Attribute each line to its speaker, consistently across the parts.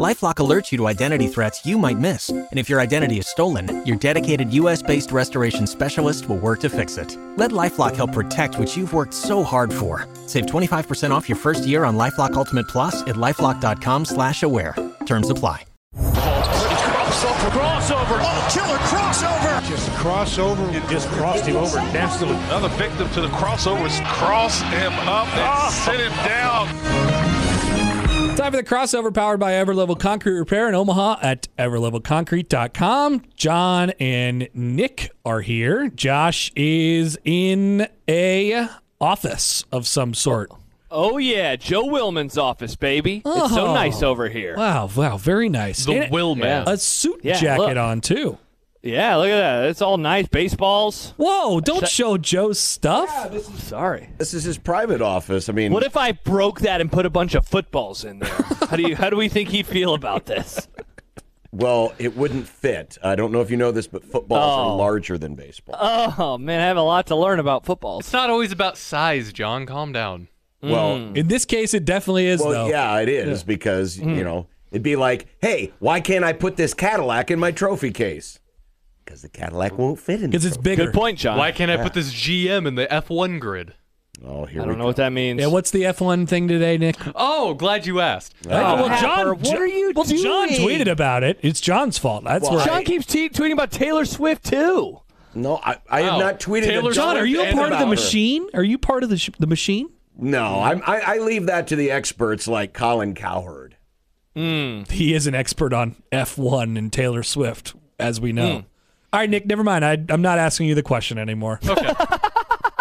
Speaker 1: LifeLock alerts you to identity threats you might miss, and if your identity is stolen, your dedicated U.S.-based restoration specialist will work to fix it. Let LifeLock help protect what you've worked so hard for. Save 25% off your first year on LifeLock Ultimate Plus at lifeLock.com/slash-aware. Terms apply.
Speaker 2: Crossover, crossover.
Speaker 3: Oh, killer crossover!
Speaker 4: Just crossover
Speaker 2: and just crossed him over nastily.
Speaker 5: Another victim to the crossovers. Cross him up and oh. sit him down.
Speaker 6: Time for the crossover powered by Everlevel Concrete Repair in Omaha at everlevelconcrete.com. John and Nick are here. Josh is in a office of some sort.
Speaker 7: Oh yeah, Joe Willman's office, baby. Oh. It's so nice over here.
Speaker 6: Wow, wow, very nice.
Speaker 5: The Willman.
Speaker 6: Yeah. A suit yeah, jacket look. on too.
Speaker 7: Yeah, look at that. It's all nice baseballs.
Speaker 6: Whoa! Don't show Joe's stuff. Yeah,
Speaker 7: this is, sorry.
Speaker 8: This is his private office. I mean,
Speaker 7: what if I broke that and put a bunch of footballs in there? how do you? How do we think he'd feel about this?
Speaker 8: Well, it wouldn't fit. I don't know if you know this, but footballs oh. are larger than baseball.
Speaker 7: Oh man, I have a lot to learn about footballs.
Speaker 9: It's not always about size, John. Calm down.
Speaker 8: Well,
Speaker 6: mm. in this case, it definitely is.
Speaker 8: Well,
Speaker 6: though.
Speaker 8: yeah, it is yeah. because mm. you know it'd be like, hey, why can't I put this Cadillac in my trophy case? because the Cadillac won't fit in.
Speaker 6: Because it's bigger.
Speaker 7: Good point, John.
Speaker 9: Why can't I yeah. put this GM in the F1 grid?
Speaker 8: Oh, here
Speaker 7: I don't know
Speaker 8: go.
Speaker 7: what that means.
Speaker 6: Yeah, what's the F1 thing today, Nick?
Speaker 9: Oh, glad you asked.
Speaker 7: Oh, well, John, what are you
Speaker 6: well,
Speaker 7: doing?
Speaker 6: John tweeted about it. It's John's fault. That's well, right.
Speaker 7: John keeps te- tweeting about Taylor Swift too.
Speaker 8: No, I, I wow. have not tweeted.
Speaker 6: Taylor John, are you a part of the machine? Her. Are you part of the sh- the machine?
Speaker 8: No, I'm, I, I leave that to the experts like Colin Cowherd.
Speaker 6: Mm. He is an expert on F1 and Taylor Swift, as we know.
Speaker 7: Hmm.
Speaker 6: Mm. All right, Nick, never mind. I, am not asking you the question anymore.
Speaker 9: Okay.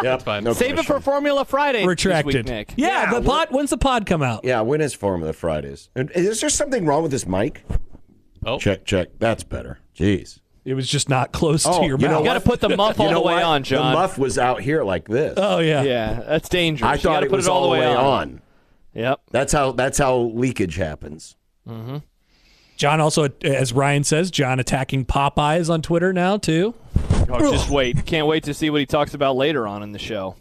Speaker 8: yeah,
Speaker 9: fine.
Speaker 8: No
Speaker 7: Save
Speaker 8: question. it
Speaker 7: for Formula Friday.
Speaker 6: Retracted.
Speaker 7: Week,
Speaker 6: yeah, yeah, the pod. When's the pod come out?
Speaker 8: Yeah, when is Formula Fridays? Is there something wrong with this mic?
Speaker 9: Oh,
Speaker 8: check, check. That's better. Jeez.
Speaker 6: It was just not close oh, to your
Speaker 8: you
Speaker 6: mouth.
Speaker 7: You got to put the muff all
Speaker 8: you know
Speaker 7: the way
Speaker 8: what?
Speaker 7: on, John.
Speaker 8: The muff was out here like this.
Speaker 6: Oh yeah.
Speaker 7: Yeah, that's dangerous.
Speaker 8: I
Speaker 7: you
Speaker 8: thought
Speaker 7: it put
Speaker 8: was
Speaker 7: it all,
Speaker 8: all
Speaker 7: the way,
Speaker 8: way
Speaker 7: on.
Speaker 8: on.
Speaker 7: Yep.
Speaker 8: That's how. That's how leakage happens.
Speaker 7: Mm-hmm.
Speaker 6: John also, as Ryan says, John attacking Popeyes on Twitter now too.
Speaker 7: Oh, just wait! Can't wait to see what he talks about later on in the show.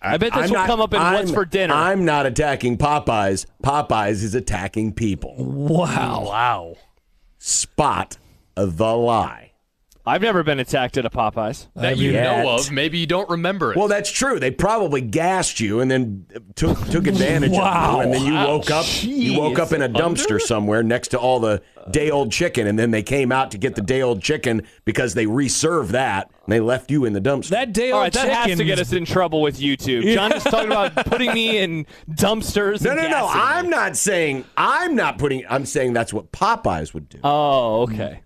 Speaker 7: I, I bet this I'm will not, come up in
Speaker 8: I'm,
Speaker 7: what's for dinner.
Speaker 8: I'm not attacking Popeyes. Popeyes is attacking people.
Speaker 6: Wow!
Speaker 9: Wow!
Speaker 8: Spot the lie.
Speaker 7: I've never been attacked at a Popeyes
Speaker 9: that you yet. know of. Maybe you don't remember it.
Speaker 8: Well, that's true. They probably gassed you and then took took advantage wow. of you, and then you wow. woke up.
Speaker 7: Jeez.
Speaker 8: You woke up in a dumpster Under? somewhere next to all the day old chicken, and then they came out to get the day old chicken because they reserved that and they left you in the dumpster.
Speaker 6: That day old
Speaker 7: right,
Speaker 6: chicken
Speaker 7: that has to get us in trouble with YouTube. John is talking about putting me in dumpsters.
Speaker 8: No, no, no.
Speaker 7: Me.
Speaker 8: I'm not saying I'm not putting. I'm saying that's what Popeyes would do.
Speaker 7: Oh, okay.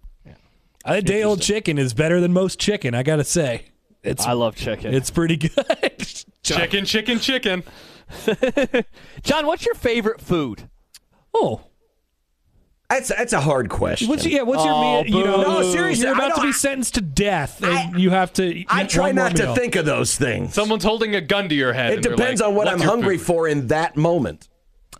Speaker 6: That day old chicken is better than most chicken, I gotta say.
Speaker 7: It's I love chicken.
Speaker 6: It's pretty good.
Speaker 9: chicken, chicken, chicken.
Speaker 7: John, what's your favorite food?
Speaker 6: Oh.
Speaker 8: That's, that's a hard question.
Speaker 6: What's, yeah, what's
Speaker 7: oh,
Speaker 6: your meal? You know,
Speaker 8: no, seriously,
Speaker 6: you're about
Speaker 8: to
Speaker 6: be sentenced to death, and I, you have to.
Speaker 8: I try not
Speaker 6: meal.
Speaker 8: to think of those things.
Speaker 9: Someone's holding a gun to your head.
Speaker 8: It depends
Speaker 9: like,
Speaker 8: on what I'm hungry
Speaker 9: food?
Speaker 8: for in that moment.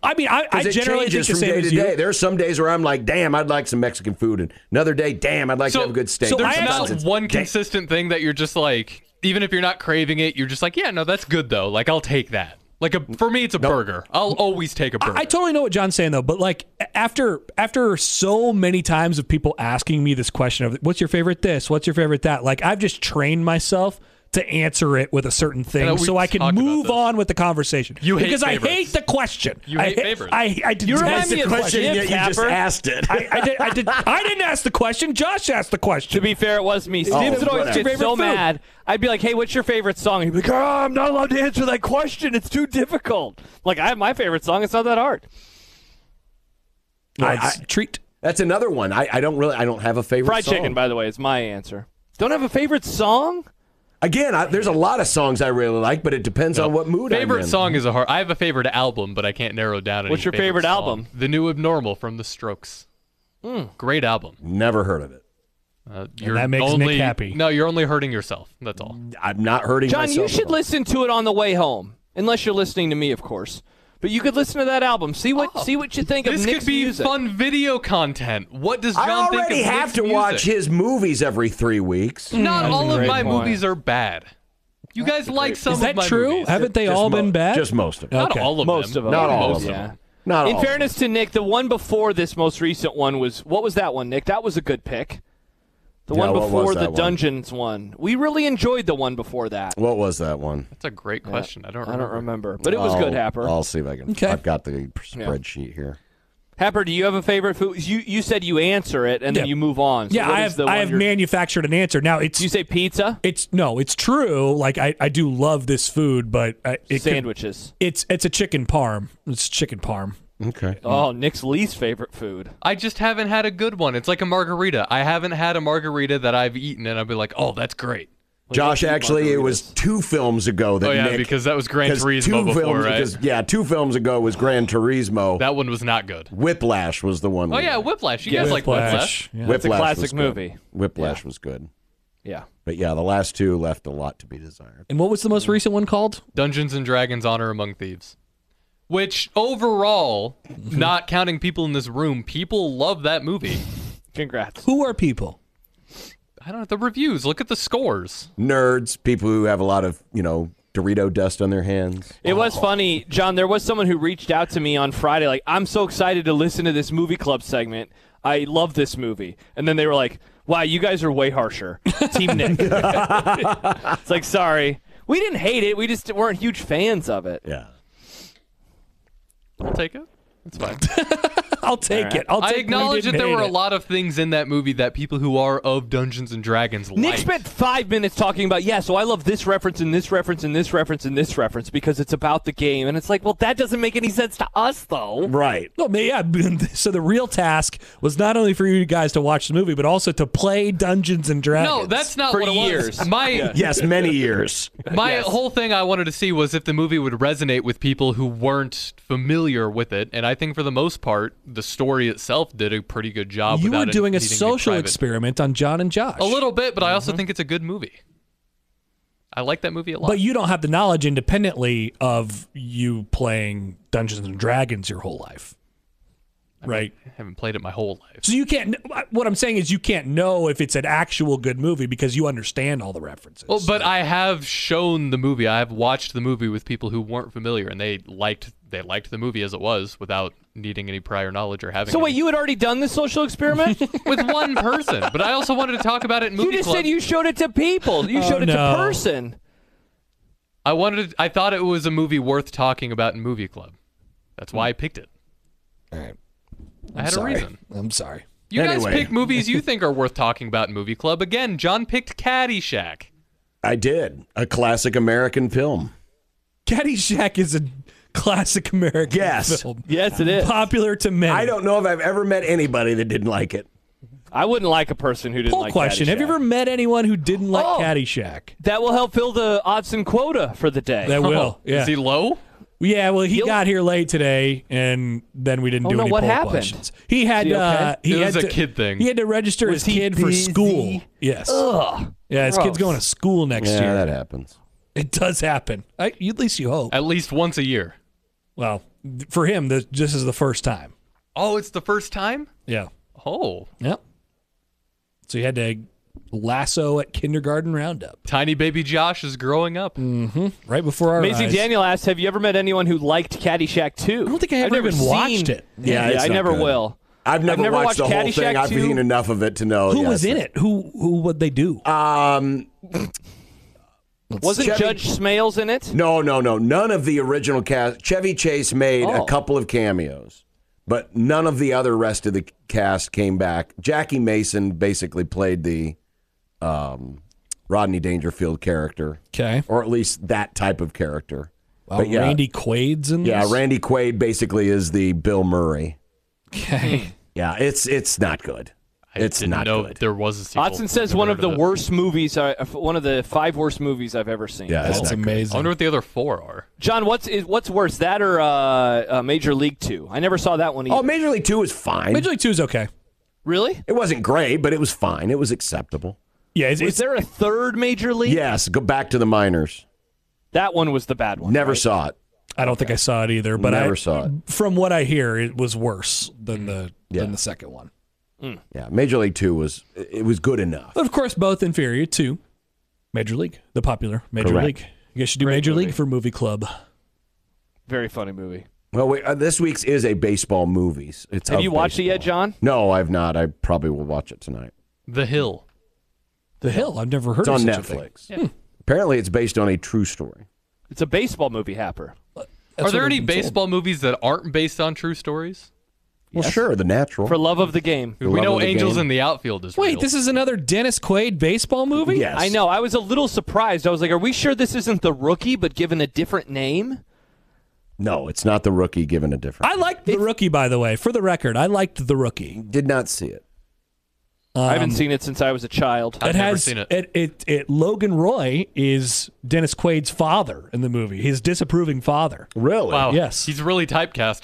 Speaker 6: I mean, I, I
Speaker 8: it
Speaker 6: generally
Speaker 8: changes
Speaker 6: think
Speaker 8: from day to
Speaker 6: you.
Speaker 8: day. There are some days where I'm like, "Damn, I'd like some Mexican food," and another day, "Damn, I'd like
Speaker 9: so,
Speaker 8: to have a good steak."
Speaker 9: So
Speaker 8: there's
Speaker 9: not
Speaker 8: thousands.
Speaker 9: one consistent thing that you're just like, even if you're not craving it, you're just like, "Yeah, no, that's good though. Like, I'll take that." Like a, for me, it's a
Speaker 8: Nope.
Speaker 9: burger. I'll always take a burger.
Speaker 6: I, I totally know what John's saying though, but like after after so many times of people asking me this question of what's your favorite this, what's your favorite that, like I've just trained myself to answer it with a certain thing
Speaker 9: I know we
Speaker 6: so I can
Speaker 9: talked about
Speaker 6: move
Speaker 9: this.
Speaker 6: on with the conversation.
Speaker 9: You hate
Speaker 6: because I
Speaker 9: favorites.
Speaker 6: hate the question.
Speaker 9: You
Speaker 6: I
Speaker 9: hate
Speaker 6: ha-
Speaker 9: favorites.
Speaker 6: I, I did
Speaker 7: You remind
Speaker 8: That's
Speaker 7: me
Speaker 8: the
Speaker 7: of
Speaker 8: question
Speaker 7: Jim
Speaker 8: yet you just
Speaker 7: Tapper.
Speaker 8: asked it.
Speaker 6: I, I, did, I, did, I didn't ask the question. Josh asked the
Speaker 7: To
Speaker 6: question.
Speaker 7: be fair, it was me. Snips would always
Speaker 8: whatever.
Speaker 7: get so
Speaker 6: Favorite food?
Speaker 7: mad. I'd be like, "Hey, what's your favorite song?" He'd be like, "Oh, I'm not allowed to answer that question. It's too difficult." Like, I have my favorite song. It's not that hard.
Speaker 6: No,
Speaker 8: I-
Speaker 6: it's
Speaker 8: I-
Speaker 6: a treat.
Speaker 8: That's another one. I, I don't really. I don't have a favorite.
Speaker 7: Fried
Speaker 8: song.
Speaker 7: chicken, by the way, is my answer. Don't have a favorite song?
Speaker 8: Again, I, there's a lot of songs I really like, but it depends on what mood I'm
Speaker 9: Favorite
Speaker 8: in.
Speaker 9: song is a hard. I have a favorite album, but I can't narrow it down. any
Speaker 7: What's your favorite
Speaker 9: song.
Speaker 7: album?
Speaker 9: The New Abnormal from The Strokes. Great album.
Speaker 8: Never heard of it.
Speaker 9: Uh, you're
Speaker 6: that makes Nick
Speaker 9: only,
Speaker 6: happy.
Speaker 9: No, you're only hurting yourself. That's all.
Speaker 8: I'm not hurting
Speaker 7: John,
Speaker 8: myself.
Speaker 7: you
Speaker 8: at
Speaker 7: should
Speaker 8: all.
Speaker 7: listen to it on the way home, unless you're listening to me, of course. But you could listen to that album. See what see what you think
Speaker 9: This
Speaker 7: of Nick's
Speaker 9: could be
Speaker 7: music.
Speaker 9: fun video content. What does
Speaker 8: I
Speaker 9: John think of
Speaker 8: already have
Speaker 9: Nick's
Speaker 8: to
Speaker 9: music?
Speaker 8: watch his movies every three weeks.
Speaker 9: Not all of
Speaker 7: great
Speaker 9: my
Speaker 7: point.
Speaker 9: movies are bad. You guys like some
Speaker 6: Is that
Speaker 9: of my
Speaker 6: true?
Speaker 9: movies.
Speaker 6: Haven't they
Speaker 8: Just
Speaker 6: all
Speaker 8: mo-
Speaker 6: been bad?
Speaker 8: Just most of them.
Speaker 9: Not
Speaker 6: Okay.
Speaker 9: all of
Speaker 7: Most
Speaker 9: them.
Speaker 7: of them.
Speaker 8: Not all
Speaker 9: Most
Speaker 8: of
Speaker 7: yeah.
Speaker 8: them. Not all.
Speaker 7: In
Speaker 8: of them.
Speaker 7: fairness to Nick, the one before this most recent one was what was that one, Nick? That was a good pick. The
Speaker 8: Yeah,
Speaker 7: one
Speaker 8: what was
Speaker 7: before the
Speaker 8: that one?
Speaker 7: dungeons one. We really enjoyed the one before that.
Speaker 8: What was that one?
Speaker 9: That's a great question. I don't
Speaker 7: I
Speaker 9: remember.
Speaker 7: don't remember, but it was
Speaker 8: I'll-
Speaker 7: good, Happer.
Speaker 8: I'll see if I can.
Speaker 6: Okay.
Speaker 8: I've got the spreadsheet here.
Speaker 7: Happer, do you have a favorite food? You you said you answer it and then
Speaker 6: Yeah.
Speaker 7: you move on. So
Speaker 6: yeah,
Speaker 7: what
Speaker 6: I
Speaker 7: is
Speaker 6: have
Speaker 7: the
Speaker 6: I
Speaker 7: one
Speaker 6: have
Speaker 7: you're-
Speaker 6: manufactured an answer. Now it's
Speaker 7: Do you say pizza?
Speaker 6: it's no, it's true. Like I, I do love this food, but I, it could-
Speaker 7: Sandwiches.
Speaker 6: it's it's a chicken parm. It's chicken parm.
Speaker 8: Okay.
Speaker 7: Oh, Nick's least favorite food.
Speaker 9: I just haven't had a good one. It's like a margarita. I haven't had a margarita that I've eaten and I'd be like, oh, that's great.
Speaker 8: Josh, actually, it was two films ago that
Speaker 9: Oh, yeah,
Speaker 8: Nick.
Speaker 9: because that was Gran
Speaker 8: 'cause
Speaker 9: Turismo
Speaker 8: two
Speaker 9: before,
Speaker 8: films,
Speaker 9: right?
Speaker 8: because- yeah, two films ago was Gran Turismo.
Speaker 9: That one was not good.
Speaker 8: Whiplash was the one.
Speaker 9: Oh,
Speaker 8: we-
Speaker 9: yeah, Whiplash. You
Speaker 7: Yeah,
Speaker 9: guys like Whiplash.
Speaker 6: Whiplash. Yeah.
Speaker 8: Whiplash
Speaker 7: classic
Speaker 8: was good.
Speaker 7: movie.
Speaker 8: Whiplash was good,
Speaker 7: Yeah.
Speaker 8: but yeah, the last two left a lot to be desired.
Speaker 6: And what was the most recent one called?
Speaker 9: Dungeons and Dragons Honor Among Thieves. Which overall, not counting people in this room, people love that movie.
Speaker 7: Congrats.
Speaker 6: Who are people?
Speaker 9: I don't know the reviews. Look at the scores.
Speaker 8: Nerds, people who have a lot of you know Dorito dust on their hands.
Speaker 7: It was funny, John. There was someone who reached out to me on Friday, like, I'm so excited to listen to this movie club segment. I love this movie. And then they were like, wow, you guys are way harsher. Team Nick. it's like, sorry. We didn't hate it. We just weren't huge fans of it.
Speaker 8: Yeah.
Speaker 9: I'll take it. It's fine.
Speaker 6: I'll take it. I'll
Speaker 9: I
Speaker 6: take
Speaker 9: acknowledge that
Speaker 6: that
Speaker 9: there were a
Speaker 6: lot.
Speaker 9: lot of things in that movie that people who are of Dungeons and Dragons
Speaker 7: Nick
Speaker 9: like.
Speaker 7: spent five minutes talking about, yeah, so I love this reference and this reference and this reference and this reference because it's about the game. And it's like, well, that doesn't make any sense to us, though.
Speaker 8: Right.
Speaker 6: No, man, yeah. So the real task was not only for you guys to watch the movie, but also to play Dungeons and Dragons.
Speaker 9: no, that's not
Speaker 7: For
Speaker 9: what it
Speaker 7: years.
Speaker 9: was. My
Speaker 8: Yes, many years.
Speaker 9: my whole thing I wanted to see was if the movie would resonate with people who weren't familiar with it, and I think for the most part, the story itself did a pretty good job.
Speaker 6: you
Speaker 9: without
Speaker 6: were
Speaker 9: it
Speaker 6: doing a
Speaker 9: needing to be
Speaker 6: social
Speaker 9: private.
Speaker 6: experiment on John and Josh.
Speaker 9: A little bit, but I
Speaker 7: Mm-hmm.
Speaker 9: also think it's a good movie. I like that movie a lot.
Speaker 6: But you don't have the knowledge independently of you playing Dungeons and Dragons your whole life. Right.
Speaker 9: I haven't played it my whole life.
Speaker 6: So you can't what I'm saying is you can't know if it's an actual good movie because you understand all the references.
Speaker 9: Well, but I have shown the movie. I have watched the movie with people who weren't familiar, and they liked they liked the movie as it was without needing any prior knowledge or having.
Speaker 7: So, wait,
Speaker 9: any-
Speaker 7: you had already done this social experiment?
Speaker 9: with one person. But I also wanted to talk about it in
Speaker 7: You
Speaker 9: movie
Speaker 7: just
Speaker 9: club.
Speaker 7: said you showed it to people. You
Speaker 6: Oh,
Speaker 7: showed it
Speaker 6: no.
Speaker 7: to person.
Speaker 9: I wanted. I thought it was a movie worth talking about in movie club. That's
Speaker 7: Hmm.
Speaker 9: why I picked it.
Speaker 6: all right.
Speaker 9: i had
Speaker 6: sorry.
Speaker 9: a reason.
Speaker 6: I'm sorry.
Speaker 9: You
Speaker 8: Anyway.
Speaker 9: guys pick movies you think are worth talking about in movie club. Again, John picked Caddyshack.
Speaker 8: I did a classic American film.
Speaker 6: Caddyshack is a classic American
Speaker 8: Yes.
Speaker 6: film.
Speaker 7: Yes, it is.
Speaker 6: Popular to many.
Speaker 8: I don't know if I've ever met anybody that didn't like it.
Speaker 7: I wouldn't like a person who didn't
Speaker 6: Poll
Speaker 7: like
Speaker 6: question. Have you
Speaker 7: Caddyshack.
Speaker 6: ever met anyone who didn't like
Speaker 7: Oh.
Speaker 6: Caddyshack?
Speaker 7: That will help fill the odds and quota for the day.
Speaker 6: That will. Yeah.
Speaker 9: Is he low?
Speaker 6: Yeah, well, he
Speaker 7: He'll-
Speaker 6: got here late today, and then we didn't
Speaker 7: Oh,
Speaker 6: do
Speaker 7: no,
Speaker 6: any
Speaker 7: what
Speaker 6: poll
Speaker 7: happened?
Speaker 6: questions. He had
Speaker 7: Is he
Speaker 6: uh,
Speaker 7: okay?
Speaker 6: he
Speaker 9: It
Speaker 6: had
Speaker 9: was a
Speaker 6: to-
Speaker 9: kid thing.
Speaker 6: He had to register his kid for school. Yes.
Speaker 7: Ugh.
Speaker 6: yeah, his
Speaker 7: gross.
Speaker 6: kid's going to school next year.
Speaker 8: happens.
Speaker 6: It does happen. I, at least you hope.
Speaker 9: At least once a year.
Speaker 6: well, th- for him, this, this is the first time.
Speaker 9: Oh, it's the first time.
Speaker 6: Yeah.
Speaker 9: Oh,
Speaker 6: Yep. So he had to lasso at kindergarten roundup
Speaker 9: tiny baby Josh is growing up.
Speaker 8: Mm.
Speaker 6: right before our
Speaker 7: Amazing
Speaker 6: eyes.
Speaker 7: Daniel asked, "Have you ever met anyone who liked Caddyshack 2?
Speaker 6: I don't think I ever even watched it.
Speaker 8: Yeah, it's
Speaker 7: I
Speaker 8: not
Speaker 7: never
Speaker 8: good.
Speaker 7: will.
Speaker 8: I've never,
Speaker 7: never
Speaker 8: watched, the
Speaker 7: watched
Speaker 8: whole thing.
Speaker 7: Caddyshack
Speaker 8: I've
Speaker 7: 2.
Speaker 8: seen enough of it to know.
Speaker 6: Who
Speaker 8: yes,
Speaker 6: was in
Speaker 8: that-
Speaker 6: it? Who who would they do?
Speaker 8: Um,
Speaker 7: Wasn't
Speaker 8: Chevy-
Speaker 7: Judge Smales in it?
Speaker 8: no, no, no. None of the original cast. Chevy Chase made
Speaker 7: Oh.
Speaker 8: a couple of cameos, but none of the other rest of the cast came back. Jackie Mason basically played the um, Rodney Dangerfield character,
Speaker 6: Okay.
Speaker 8: or at least that type of character.
Speaker 6: Wow,
Speaker 8: but yeah.
Speaker 6: Randy Quaid's in
Speaker 8: Yeah,
Speaker 6: this?
Speaker 8: Randy Quaid basically is the Bill Murray.
Speaker 6: Okay.
Speaker 8: Yeah, it's it's not good.
Speaker 9: I
Speaker 8: it's
Speaker 9: didn't
Speaker 8: not
Speaker 9: know
Speaker 8: good.
Speaker 9: there was a sequel.
Speaker 7: Odson says
Speaker 9: Never
Speaker 7: one
Speaker 9: heard
Speaker 7: of the
Speaker 9: it.
Speaker 7: worst movies, I, uh, one of the five worst movies I've ever seen.
Speaker 8: Yeah, it's
Speaker 6: That's
Speaker 8: not good.
Speaker 9: I
Speaker 6: amazing.
Speaker 9: wonder what the other four are.
Speaker 7: John, what's is, what's worse, that or uh, uh, Major League Two? I never saw that one either.
Speaker 8: Oh, Major League Two is fine.
Speaker 6: Major League Two is okay.
Speaker 7: really?
Speaker 8: It wasn't great, but it was fine. It was acceptable.
Speaker 6: Yeah, it's,
Speaker 7: Is
Speaker 6: it's
Speaker 7: there a third Major League?
Speaker 8: Yes, go back to the minors.
Speaker 7: That one was the bad one.
Speaker 8: Never
Speaker 7: right?
Speaker 8: saw it.
Speaker 6: I don't think I saw it either, but I
Speaker 8: Never saw it.
Speaker 6: From what I hear, it was worse than the
Speaker 8: Yeah.
Speaker 6: than the second one.
Speaker 8: Yeah, Major League Two was it was good enough.
Speaker 6: But of course, both inferior to Major League, the popular Major
Speaker 8: Correct.
Speaker 6: League. You guys should do Major League for Movie Club.
Speaker 7: Very funny movie.
Speaker 8: Well, wait, uh, this week's is a baseball movies. It's
Speaker 7: Have
Speaker 8: of
Speaker 7: you watched it yet,
Speaker 8: baseball.
Speaker 7: John?
Speaker 8: No, I've not. I probably will watch it tonight.
Speaker 9: The Hill.
Speaker 6: The Hill. I've never heard
Speaker 8: It's
Speaker 6: of
Speaker 8: on
Speaker 6: such a thing.
Speaker 8: Netflix.
Speaker 7: Hmm.
Speaker 8: Apparently, it's based on a true story.
Speaker 7: It's a baseball movie, Happer.
Speaker 6: That's
Speaker 9: Are there
Speaker 6: what I've
Speaker 9: any
Speaker 6: been told.
Speaker 9: baseball movies that aren't based on true stories?
Speaker 8: Well, sure, The Natural.
Speaker 7: For love of the game.
Speaker 8: love
Speaker 9: we
Speaker 8: of
Speaker 9: know
Speaker 8: the
Speaker 9: Angels
Speaker 8: game.
Speaker 9: in the Outfield is
Speaker 6: Wait,
Speaker 9: real.
Speaker 6: this is another Dennis Quaid baseball movie?
Speaker 8: yes,
Speaker 7: I know. I was a little surprised. I was like, are we sure this isn't the rookie, but given a different name?
Speaker 8: No, it's not the rookie given a different.
Speaker 6: I liked The Rookie, by the way. For the record, I liked The Rookie.
Speaker 8: did not see it.
Speaker 7: I haven't seen it since I was a child.
Speaker 6: it
Speaker 9: I've never
Speaker 6: has
Speaker 9: seen it.
Speaker 6: It, it it Logan Roy is Dennis Quaid's father in the movie. His disapproving father.
Speaker 8: Really?
Speaker 9: Wow.
Speaker 6: Yes.
Speaker 9: Oh, He's really typecast,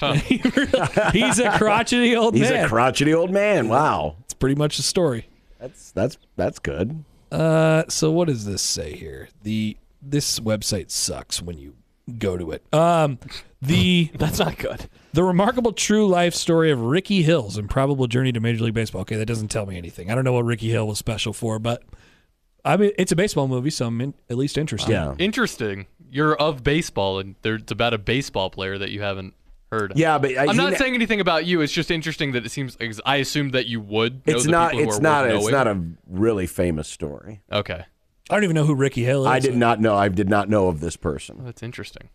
Speaker 9: huh?
Speaker 6: He's a crotchety old
Speaker 8: He's
Speaker 6: man.
Speaker 8: a crotchety old man. Wow,
Speaker 6: That's pretty much the story.
Speaker 8: that's that's that's good.
Speaker 6: Uh, so what does this say here? The this website sucks when you go to it. Um, the
Speaker 7: That's not good.
Speaker 6: the remarkable true life story of Ricky Hill's improbable journey to Major League Baseball. Okay, that doesn't tell me anything. I don't know what Ricky Hill was special for, but I mean, it's a baseball movie, so I'm in, at least interested.
Speaker 8: Yeah.
Speaker 9: Interesting. You're of baseball, and there, it's about a baseball player that you haven't heard. of.
Speaker 8: Yeah, but uh, I,
Speaker 9: I'm
Speaker 8: he
Speaker 9: not
Speaker 8: ne-
Speaker 9: saying anything about you. It's just interesting that it seems. 'cause I assumed that you would. Know
Speaker 8: it's
Speaker 9: the
Speaker 8: not.
Speaker 9: People who
Speaker 8: It's
Speaker 9: are
Speaker 8: not.
Speaker 9: worth
Speaker 8: It's
Speaker 9: knowing.
Speaker 8: not a really famous story.
Speaker 9: Okay,
Speaker 6: I don't even know who Ricky Hill is.
Speaker 8: I did not know. I did not know of this person,
Speaker 9: that's interesting.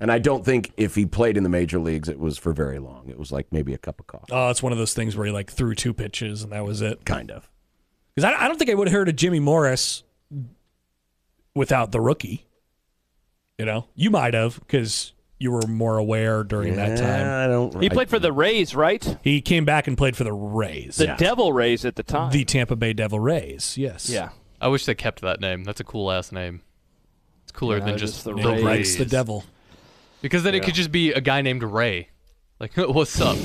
Speaker 8: and I don't think if he played in the major leagues, it was for very long. It was like maybe a cup of coffee,
Speaker 6: Oh, it's one of those things where he like threw two pitches and that was it.
Speaker 8: kind of.
Speaker 6: Because I, I don't think I would have heard of Jimmy Morris without the rookie. You know, you might have because you were more aware during that time.
Speaker 8: I don't.
Speaker 7: He played for the Rays, right?
Speaker 6: He came back and played for the Rays,
Speaker 7: The Devil Rays at the time.
Speaker 6: the Tampa Bay Devil Rays. Yes.
Speaker 7: yeah.
Speaker 9: I wish they kept that name. That's a cool ass name. It's cooler
Speaker 7: Yeah,
Speaker 9: than
Speaker 7: just
Speaker 9: just
Speaker 7: the
Speaker 9: Bill
Speaker 7: Rays.
Speaker 6: Rights the
Speaker 9: Rays.
Speaker 6: devil.
Speaker 9: Because then it could just be a guy named Ray. Like, what's up?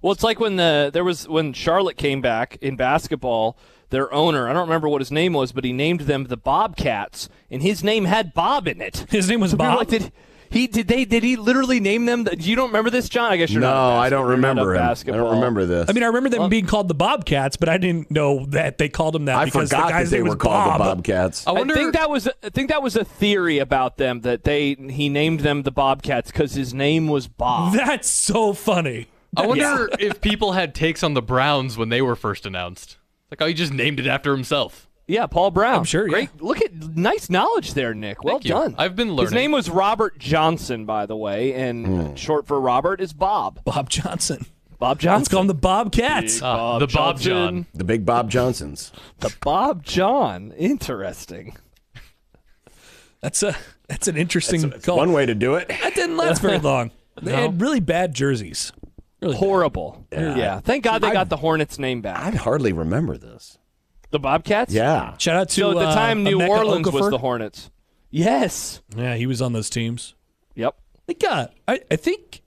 Speaker 7: Well, it's like when the there was when Charlotte came back in basketball. Their owner, I don't remember what his name was, but he named them the Bobcats, and his name had Bob in it.
Speaker 6: His name was
Speaker 7: So people were
Speaker 6: Bob?
Speaker 7: Like, did he did they did he literally name them? The, you don't remember this, John? I guess you're
Speaker 8: No,
Speaker 7: not. a
Speaker 8: I
Speaker 7: basket-
Speaker 8: don't
Speaker 7: you're not a
Speaker 8: remember him. I
Speaker 7: basketball.
Speaker 8: don't remember this.
Speaker 6: I mean, I remember them being called the Bobcats, but I didn't know that they called him that
Speaker 8: I
Speaker 6: because
Speaker 8: forgot
Speaker 6: the
Speaker 8: that
Speaker 6: guy's
Speaker 8: they
Speaker 6: name
Speaker 8: were
Speaker 6: was Bob.
Speaker 8: called the Bobcats.
Speaker 9: I wonder.
Speaker 7: I think that was I think that was a theory about them that they he named them the Bobcats because his name was Bob.
Speaker 6: That's so funny.
Speaker 9: I wonder if people had takes on the Browns when they were first announced. Like, oh, he just named it after himself.
Speaker 7: yeah, Paul Brown.
Speaker 6: I'm sure, yeah.
Speaker 7: Great. Look at nice knowledge there, Nick. Well
Speaker 9: Thank you.
Speaker 7: done.
Speaker 9: I've been
Speaker 7: His
Speaker 9: learning.
Speaker 7: name was Robert Johnson, by the way, and
Speaker 8: Hmm.
Speaker 7: short for Robert is Bob.
Speaker 6: Bob Johnson.
Speaker 7: Bob
Speaker 6: Let's
Speaker 7: Johnson.
Speaker 6: call him the Bobcats.
Speaker 9: Ah, the Bob
Speaker 7: Johnson.
Speaker 9: John.
Speaker 8: The big Bob Johnsons.
Speaker 7: The Bob John. Interesting.
Speaker 6: That's a that's an interesting call.
Speaker 8: One way to do it.
Speaker 6: That didn't last very long. They had really bad jerseys. Really bad.
Speaker 7: Horrible. Yeah. Thank God they got the Hornets name back.
Speaker 8: I'd hardly remember this.
Speaker 7: the Bobcats?
Speaker 8: Yeah.
Speaker 6: Shout out to
Speaker 7: So at the
Speaker 6: uh,
Speaker 7: time, New
Speaker 6: Emeka
Speaker 7: Orleans was
Speaker 6: Okafor.
Speaker 7: the Hornets. Yes.
Speaker 6: Yeah, he was on those teams.
Speaker 7: Yep.
Speaker 6: They got. I, I think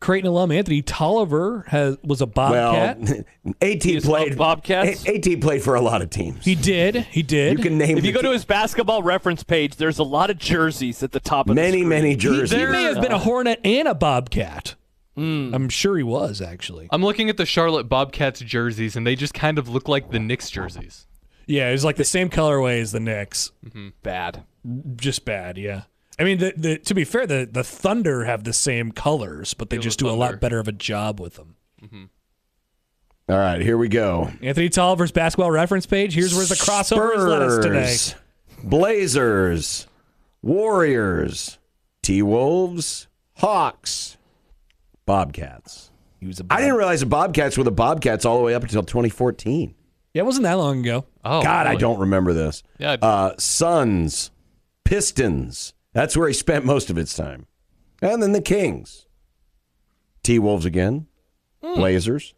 Speaker 6: Creighton alum Anthony Tolliver has was a Bobcat.
Speaker 8: Well, AT Oh, played
Speaker 7: of Bobcats?
Speaker 8: A- AT played for a lot of teams.
Speaker 6: he did. He did.
Speaker 8: you can name
Speaker 7: If you
Speaker 8: the
Speaker 7: go to
Speaker 8: te-
Speaker 7: his basketball reference page, there's a lot of jerseys at the top of the
Speaker 8: many
Speaker 7: screen.
Speaker 8: many jerseys.
Speaker 6: he may have been a Hornet and a Bobcat.
Speaker 7: Hmm.
Speaker 6: I'm sure he was actually.
Speaker 9: I'm looking at the Charlotte Bobcats jerseys, and they just kind of look like the Knicks jerseys.
Speaker 6: Yeah, it was like the same colorway as the Knicks.
Speaker 7: Bad.
Speaker 6: Just bad. Yeah. I mean, the, the, to be fair, the, the Thunder have the same colors, but they just do a lot
Speaker 9: Thunder.
Speaker 6: better of a job with them.
Speaker 8: All right, here we go.
Speaker 6: Anthony Tolliver's basketball reference page. Here's where the crossover has led us today.
Speaker 8: Spurs, Blazers, Warriors, T Wolves, Hawks, Bobcats.
Speaker 6: He was a
Speaker 8: I didn't realize the Bobcats were the Bobcats all the way up until 2014.
Speaker 6: Yeah, it wasn't that long ago.
Speaker 9: Oh
Speaker 8: God, I
Speaker 9: really?
Speaker 8: don't remember this.
Speaker 9: Yeah.
Speaker 8: Uh, Suns, Pistons. That's where he spent most of his time. And then the Kings. T Wolves again,
Speaker 6: Hmm.
Speaker 8: Blazers,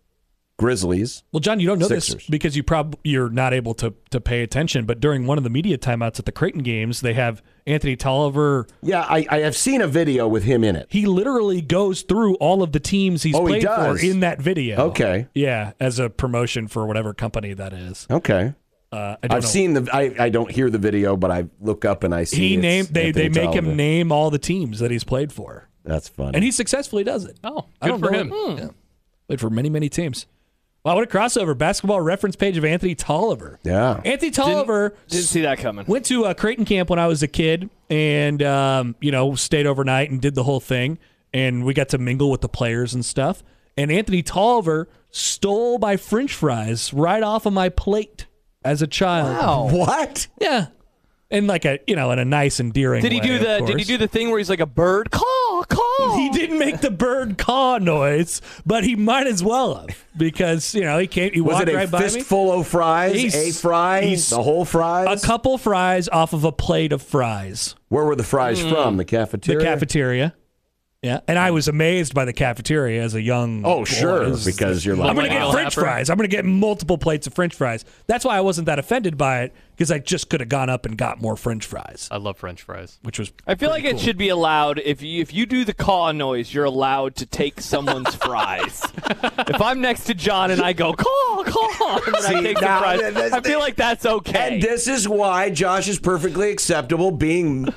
Speaker 8: Grizzlies.
Speaker 6: Well, John, you don't know this
Speaker 8: Sixers.
Speaker 6: because you prob you're not able to to pay attention. But during one of the media timeouts at the Creighton games, they have Anthony Tolliver.
Speaker 8: Yeah, I, I have seen a video with him in it.
Speaker 6: He literally goes through all of the teams he's
Speaker 8: Oh, he
Speaker 6: played for
Speaker 8: does?
Speaker 6: in that video.
Speaker 8: Okay.
Speaker 6: Yeah, as a promotion for whatever company that is.
Speaker 8: Okay.
Speaker 6: Uh, I don't
Speaker 8: I've
Speaker 6: know.
Speaker 8: seen the. I, I don't hear the video, but I look up and I see.
Speaker 6: he
Speaker 8: it's
Speaker 6: named they,
Speaker 8: Anthony
Speaker 6: they make him
Speaker 8: Talbot.
Speaker 6: name all the teams that he's played for,
Speaker 8: That's funny.
Speaker 6: and he successfully does it.
Speaker 9: Oh,
Speaker 6: I don't
Speaker 9: good for
Speaker 6: know-
Speaker 9: him.
Speaker 6: Hmm. Yeah. Played for many many teams. Wow, what a crossover! Basketball reference page of Anthony Tolliver.
Speaker 8: yeah.
Speaker 6: Anthony Tolliver
Speaker 7: Didn't see that coming.
Speaker 6: Went to uh, Creighton camp when I was a kid, and um, you know, stayed overnight and did the whole thing, and we got to mingle with the players and stuff. And Anthony Tolliver stole my French fries right off of my plate as a child.
Speaker 8: What?
Speaker 6: Yeah, and like a you know, in a nice endearing.
Speaker 7: Did he
Speaker 6: way,
Speaker 7: do
Speaker 6: of
Speaker 7: the Did he
Speaker 6: course.
Speaker 7: do the thing where he's like a bird? Caw, caw.
Speaker 6: He didn't make the bird caw noise, but he might as well have because you know he came. He
Speaker 8: Was
Speaker 6: walked
Speaker 8: it a
Speaker 6: right by me.
Speaker 8: fistful of fries?
Speaker 6: He's-
Speaker 8: a fry?
Speaker 6: he's-
Speaker 8: The whole
Speaker 6: A
Speaker 8: fries?
Speaker 6: couple fries off of a plate of fries.
Speaker 8: Where were the fries from? Hmm. The
Speaker 6: the
Speaker 8: cafeteria.
Speaker 6: cafeteria. Yeah, and I was amazed by the cafeteria as a young.
Speaker 8: Oh,
Speaker 6: boy.
Speaker 8: sure,
Speaker 6: It was-
Speaker 8: because you're
Speaker 6: I'm
Speaker 8: like,
Speaker 6: gonna
Speaker 9: Like
Speaker 6: get
Speaker 9: Al
Speaker 6: French
Speaker 9: Happer.
Speaker 6: fries. I'm gonna get multiple plates of French fries. That's why I wasn't that offended by it because I just could have gone up and got more French fries,
Speaker 9: I love French fries.
Speaker 6: which was
Speaker 7: Uh, I feel like it should be allowed if you if you do the caw noise, you're allowed to take someone's fries. if I'm next to John and I go caw caw, and then I
Speaker 8: See,
Speaker 7: take
Speaker 8: now,
Speaker 7: the fries,
Speaker 8: th- th-
Speaker 7: I feel like that's okay.
Speaker 8: And this is why Josh is perfectly acceptable being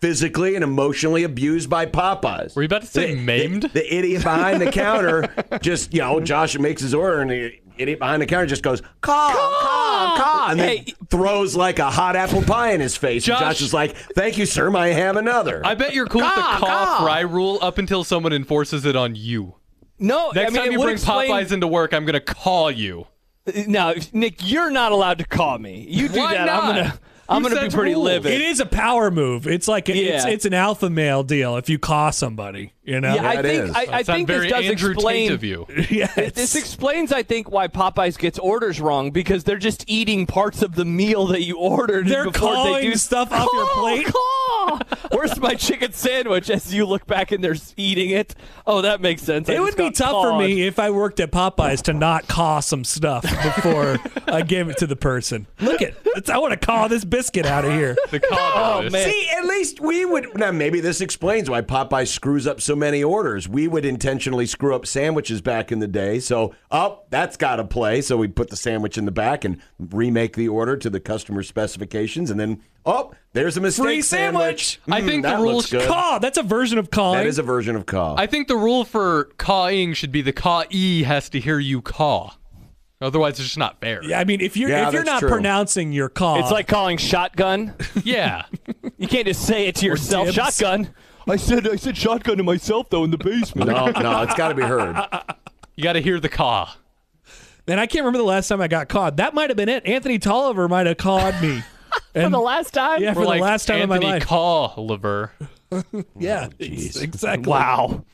Speaker 8: physically and emotionally abused by Popeyes.
Speaker 9: Were you about to say maimed?
Speaker 8: The, the idiot behind the counter just, you know, Josh makes his order and the idiot behind the counter just goes, caw, caw, caw, and then
Speaker 7: Hey.
Speaker 8: throws like a hot apple pie in his face. and
Speaker 9: Josh-
Speaker 8: Josh is like, thank you, sir, may I have another?
Speaker 9: I bet you're cool with
Speaker 8: Caw,
Speaker 9: the caw
Speaker 8: caw.
Speaker 9: fry rule up until someone enforces it on you.
Speaker 7: no,
Speaker 9: Next
Speaker 7: I mean
Speaker 9: time
Speaker 7: it
Speaker 9: you
Speaker 7: would
Speaker 9: bring
Speaker 7: explain,
Speaker 9: Popeyes into work, I'm gonna call you.
Speaker 7: No, Nick, you're not allowed to caw me. You do
Speaker 9: Why
Speaker 7: that, I'm
Speaker 9: not?
Speaker 7: gonna I'm
Speaker 9: Who
Speaker 7: gonna be
Speaker 9: sets
Speaker 7: pretty
Speaker 9: rules?
Speaker 7: livid.
Speaker 6: It is a power move. It's like a, it's
Speaker 7: Yeah.
Speaker 6: it's an alpha male deal. If you caw somebody, you know.
Speaker 7: yeah, I
Speaker 8: it is.
Speaker 7: think I, I
Speaker 9: Sound
Speaker 7: think
Speaker 9: very
Speaker 7: this does
Speaker 9: Andrew
Speaker 7: explain
Speaker 9: Tate of you.
Speaker 6: Yeah,
Speaker 7: This
Speaker 6: it's-
Speaker 7: explains, I think, why Popeyes gets orders wrong because they're just eating parts of the meal that you ordered.
Speaker 6: They're
Speaker 7: before they
Speaker 6: calling
Speaker 7: do
Speaker 6: stuff off your
Speaker 7: Caw,
Speaker 6: plate.
Speaker 7: caw. Where's my chicken sandwich? As you look back and they're s- eating it. Oh, that makes sense. I
Speaker 6: It
Speaker 7: just
Speaker 6: would be
Speaker 7: got
Speaker 6: tough for
Speaker 7: cawed.
Speaker 6: me if I worked at Popeyes to not caw some stuff before I gave it to the person. Look at I want to caw this biscuit out of here.
Speaker 9: The caw
Speaker 7: Oh
Speaker 9: noise.
Speaker 7: man,
Speaker 8: See, at least we would. Now, maybe this explains why Popeye screws up so many orders. We would intentionally screw up sandwiches back in the day. So, oh, that's got to play. So we put the sandwich in the back and remake the order to the customer specifications, and then oh, there's a mistake. Hmm,
Speaker 6: Free sandwich!
Speaker 9: I think the
Speaker 8: that
Speaker 9: rules
Speaker 8: looks good.
Speaker 6: Caw. That's a version of calling.
Speaker 8: That is a version of call.
Speaker 9: I think the rule for cawing should be the caw e has to hear you caw. Otherwise, it's just not fair.
Speaker 6: I mean, if you're
Speaker 8: Yeah,
Speaker 6: if you're
Speaker 8: that's
Speaker 6: not
Speaker 8: true.
Speaker 6: pronouncing your caw,
Speaker 7: it's like calling shotgun.
Speaker 9: Yeah.
Speaker 7: You can't just say it to yourself.
Speaker 6: dibs.
Speaker 7: Shotgun. I said I said shotgun to myself though in the basement.
Speaker 8: no, no, it's got to be heard.
Speaker 9: You got to hear the caw.
Speaker 6: and I can't remember the last time I got cawed. That might have been it. Anthony Tolliver might have cawed me. And,
Speaker 7: For the last time.
Speaker 6: yeah, for
Speaker 9: We're
Speaker 6: the
Speaker 9: like
Speaker 6: last time
Speaker 9: Anthony
Speaker 6: in my life.
Speaker 9: Caw Lever.
Speaker 6: yeah, ex- exactly.
Speaker 7: Wow.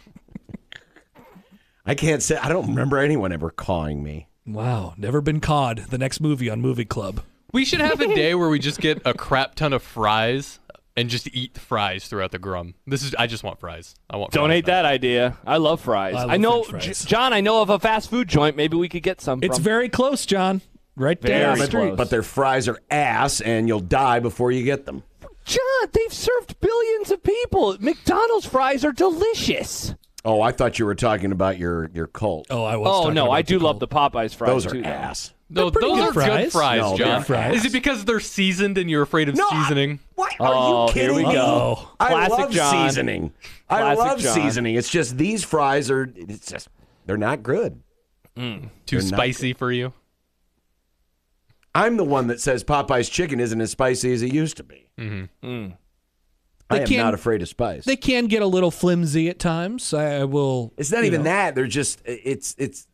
Speaker 8: I can't say. I don't remember anyone ever calling me.
Speaker 6: wow. Never been cawed. The next movie on Movie Club.
Speaker 9: We should have a day where we just get a crap ton of fries and just eat the fries throughout the grum. This is I just want fries. I want
Speaker 7: Donate
Speaker 9: fries.
Speaker 7: that idea. I love fries.
Speaker 6: I
Speaker 7: I,
Speaker 6: love
Speaker 7: know,
Speaker 6: french fries.
Speaker 7: J- John. I know of a fast food joint. Maybe we could get some.
Speaker 6: It's
Speaker 7: from.
Speaker 6: very close, John. Right there.
Speaker 7: Very
Speaker 6: the
Speaker 8: but,
Speaker 6: street.
Speaker 8: but their fries are ass, and you'll die before you get them.
Speaker 7: John, they've served billions of people. McDonald's fries are delicious.
Speaker 8: Oh, I thought you were talking about your your cult.
Speaker 6: Oh, I was.
Speaker 7: Oh
Speaker 6: talking
Speaker 7: no,
Speaker 6: about
Speaker 7: I
Speaker 6: the
Speaker 7: do
Speaker 6: cold.
Speaker 7: love the Popeyes fries
Speaker 8: Those
Speaker 7: too.
Speaker 8: are
Speaker 7: though.
Speaker 8: ass.
Speaker 9: No,
Speaker 6: pretty
Speaker 9: those
Speaker 6: good
Speaker 9: are
Speaker 6: fries.
Speaker 9: good fries,
Speaker 8: No, they're
Speaker 9: John.
Speaker 6: fries.
Speaker 9: Is it because they're seasoned and you're afraid of
Speaker 8: I-
Speaker 9: seasoning?
Speaker 8: Why are
Speaker 7: Oh,
Speaker 8: you
Speaker 7: here
Speaker 8: kidding
Speaker 7: we
Speaker 8: me?
Speaker 7: go.
Speaker 8: I
Speaker 7: Classic
Speaker 8: love
Speaker 7: John.
Speaker 8: seasoning. I
Speaker 7: Classic
Speaker 8: love
Speaker 7: John.
Speaker 8: seasoning. It's just these fries are. It's just they're not good.
Speaker 9: Too
Speaker 8: not
Speaker 9: spicy for you?
Speaker 8: I'm the one that says Popeye's chicken isn't as spicy as it used to be.
Speaker 7: Mm.
Speaker 8: Mm-hmm. I
Speaker 6: They
Speaker 8: am
Speaker 6: can-
Speaker 8: not afraid of spice.
Speaker 6: They can get a little flimsy at times. I I will.
Speaker 8: it's not even that. They're just. It's it's